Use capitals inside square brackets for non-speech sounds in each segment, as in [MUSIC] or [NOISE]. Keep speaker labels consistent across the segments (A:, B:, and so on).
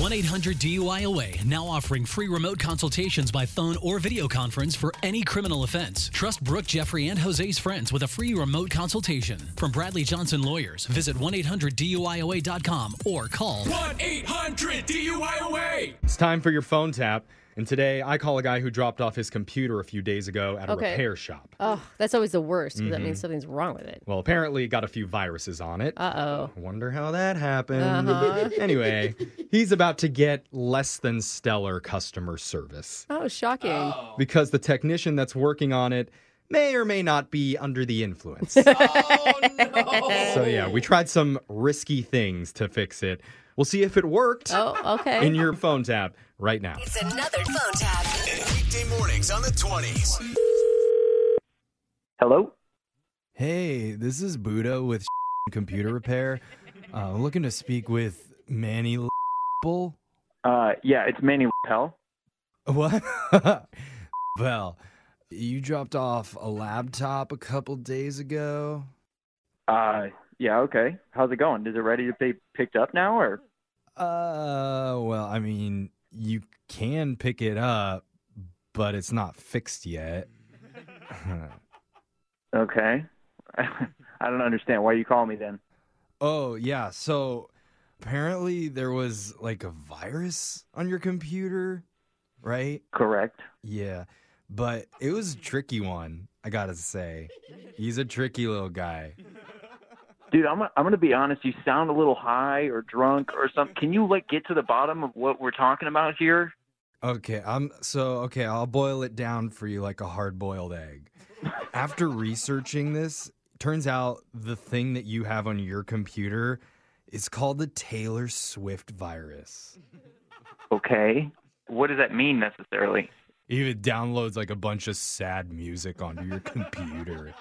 A: 1 800 DUIOA now offering free remote consultations by phone or video conference for any criminal offense. Trust Brooke, Jeffrey, and Jose's friends with a free remote consultation. From Bradley Johnson Lawyers, visit 1 800 DUIOA.com or call
B: 1 800 DUIOA.
C: It's time for your phone tap. And today I call a guy who dropped off his computer a few days ago at a
D: Okay.
C: repair shop.
D: Oh, that's always the worst because that means something's wrong with it.
C: Well, apparently it got a few viruses on it. Uh oh. Wonder how that happened. [LAUGHS] anyway, he's about to get less than stellar customer service
D: Oh, shocking.
C: because the technician that's working on it may or may not be under the influence. So, yeah, we tried some risky things to fix it. We'll see if it worked
D: Oh, okay.
C: in your phone tap right now.
E: It's another phone tap.
F: Weekday mornings on the 20s.
G: Hello?
H: Hey, this is Buddha with [LAUGHS] computer repair. Uh, looking to speak with Manny. Bull?
G: Uh, yeah, it's Manny Lapel.
H: What? [LAUGHS] well, you dropped off a laptop a couple days ago.
G: Uh, yeah, okay. How's it going? Is it ready to be picked up now, or?
H: Uh, well, I mean, you can pick it up, but it's not fixed yet.
G: Okay. [LAUGHS] I don't understand. Why you calling me then?
H: Oh, yeah. So apparently there was like a virus on your computer, right?
G: Correct.
H: Yeah. But it was a tricky one, I gotta say. He's a tricky little guy.
G: Dude, I'm, I'm going to be honest. You sound a little high or drunk or something. Can you, like, get to the bottom of what we're talking about here?
H: Okay, I'm so okay, I'll boil it down for you like a hard boiled egg. After researching this, turns out the thing that you have on your computer is called the Taylor Swift virus.
G: Okay. What does that mean necessarily?
H: Even downloads like a bunch of sad music onto your computer.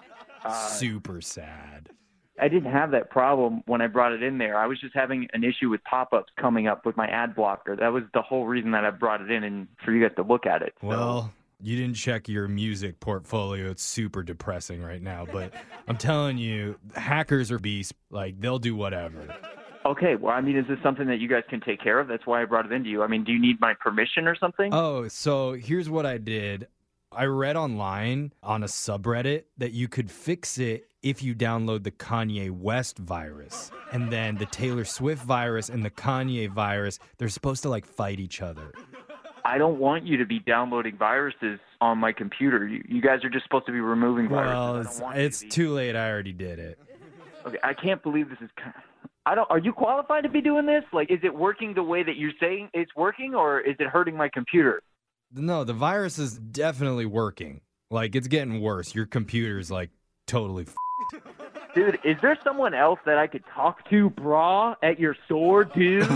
H: Super sad.
G: I didn't have that problem when I brought it in there. I was just having an issue with pop ups coming up with my ad blocker. That was the whole reason that I brought it in and for you guys to look at it. So-
H: Well, you didn't check your music portfolio. It's super depressing right now, but I'm telling you, hackers are beasts. Like, they'll do whatever.
G: Okay, well, I mean, is this something that you guys can take care of? That's why I brought it into you. I mean, do you need my permission or something?
H: Oh, so here's what I did I read online on a subreddit that you could fix it if you download the Kanye West virus and then the Taylor Swift virus and the Kanye virus. They're supposed to like fight each other.
G: I don't want you to be downloading viruses on my computer. You, you guys are just supposed to be removing viruses. I
H: Well,
G: don't
H: it's,
G: want you to
H: it's
G: be-
H: too late. I already did it.
G: Okay, I can't believe this is. ki- I don't. Are you qualified to be doing this? Like, is it working the way that you're saying it's working, or is it hurting my computer?
H: No, the virus is definitely working. Like it's getting worse. Your computer's like totally. F- [LAUGHS]
G: Dude, is there someone else that I could talk to, brah, at your store, dude?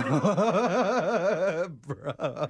H: Bruh.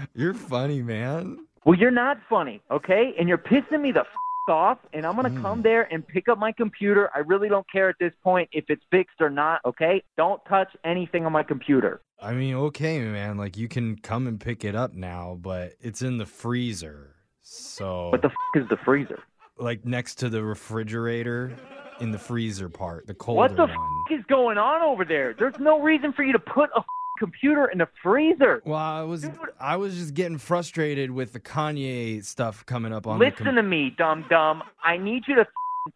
H: [LAUGHS] You're funny, man.
G: Well, you're not funny, okay? And you're pissing me the f- off, and I'm
H: Mm.
G: going to come there and pick up my computer. I really don't care at this point if it's fixed or not, okay? Don't touch anything on my computer.
H: I mean, okay, man. Like you can come and pick it up now, but it's in the freezer. So,
G: What the f- is the freezer?
H: like next to the refrigerator, in the freezer part, the colder
G: What the f-
H: one.
G: is going on over there? There's no reason for you to put a f- computer in the freezer.
H: well, I was I was just getting frustrated with the Kanye stuff coming up on the
G: Listen
H: com-
G: to me, dum dum. I need you to f-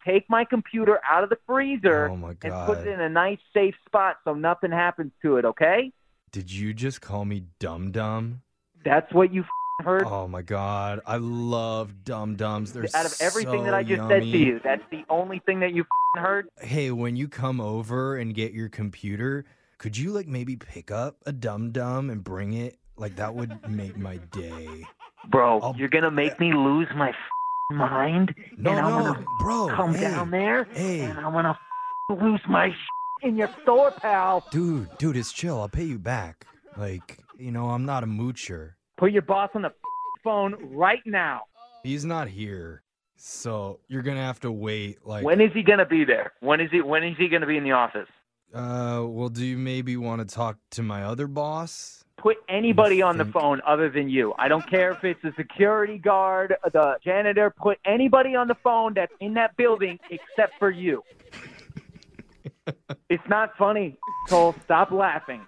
G: take my computer out of the freezer
H: Oh, my
G: and put
H: God.
G: it in a nice, safe spot so nothing happens to it, okay?
H: Did you just call me dumb dumb?
G: That's what you f- heard.
H: Oh my god, I love Dum Dums. They're
G: out of everything
H: so
G: that I just said
H: yummy.
G: to you, that's the only thing that you f***ing heard.
H: Hey, when you come over and get your computer, could you like maybe pick up a Dum Dum and bring it? Like that would make my day.
G: Bro,
H: I'll-
G: you're going to make me lose my f***ing mind.
H: Oh. No,
G: and I'm
H: no,
G: gonna
H: bro.
G: come
H: hey,
G: down there,
H: Hey,
G: and I'm going to f***ing lose my s*** in your store, pal.
H: dude, dude, it's chill. I'll pay you back. Like, you know, I'm not a moocher.
G: Put your boss on the f***ing phone right now.
H: He's not here, so you're gonna have to wait. Like,
G: When is he going to be there? When is he when is he going to be in the office?
H: uh, well, do you maybe want to talk to my other boss?
G: [LAUGHS] Put anybody on the
H: think-
G: phone other than you. I don't care if it's the security guard, the janitor,
H: [LAUGHS]
G: put anybody on the phone that's in that building except for you. It's not funny, Cole. Stop laughing.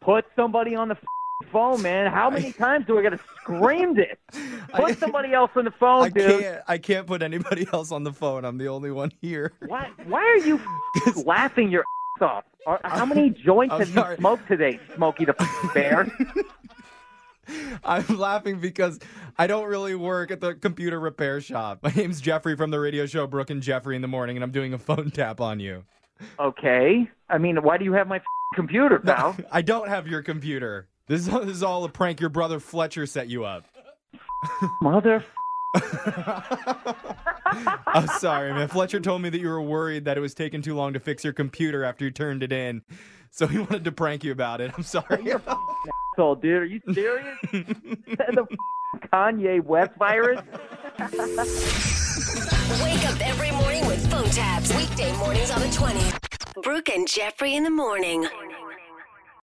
G: Put somebody on the f***ing phone, man. How many times do I gotta scream this?
H: [LAUGHS] I-
G: Put somebody else on the
H: [LAUGHS]
G: phone,
H: I
G: dude.
H: can't. I can't put anybody [LAUGHS] else on the phone. I'm the only one here.
G: Why? Why are you f***ing laughing your ass off? Are, how many joints
H: I'm
G: have
H: sorry.
G: you smoked today, Smokey the f***ing Bear?
H: [LAUGHS] I'm laughing because I don't really work at the computer repair shop. My name's Jeffrey from the radio show Brooke and Jeffrey in the morning, and I'm doing a phone tap on you.
G: okay. I mean, why do you have my f***ing computer, pal?
H: I don't have your computer. This is, this is all a prank. Your brother Fletcher set you up.
G: Mother. f-
H: I'm sorry, man. Fletcher told me that you were worried that it was taking too long to fix your computer after you turned it in, so he wanted to prank you about it. I'm sorry.
G: asshole, dude. Are you serious? the f- Kanye West virus?
E: Wake up every morning with phone taps. Weekday mornings on the 20s. Brooke and Jeffrey in the morning.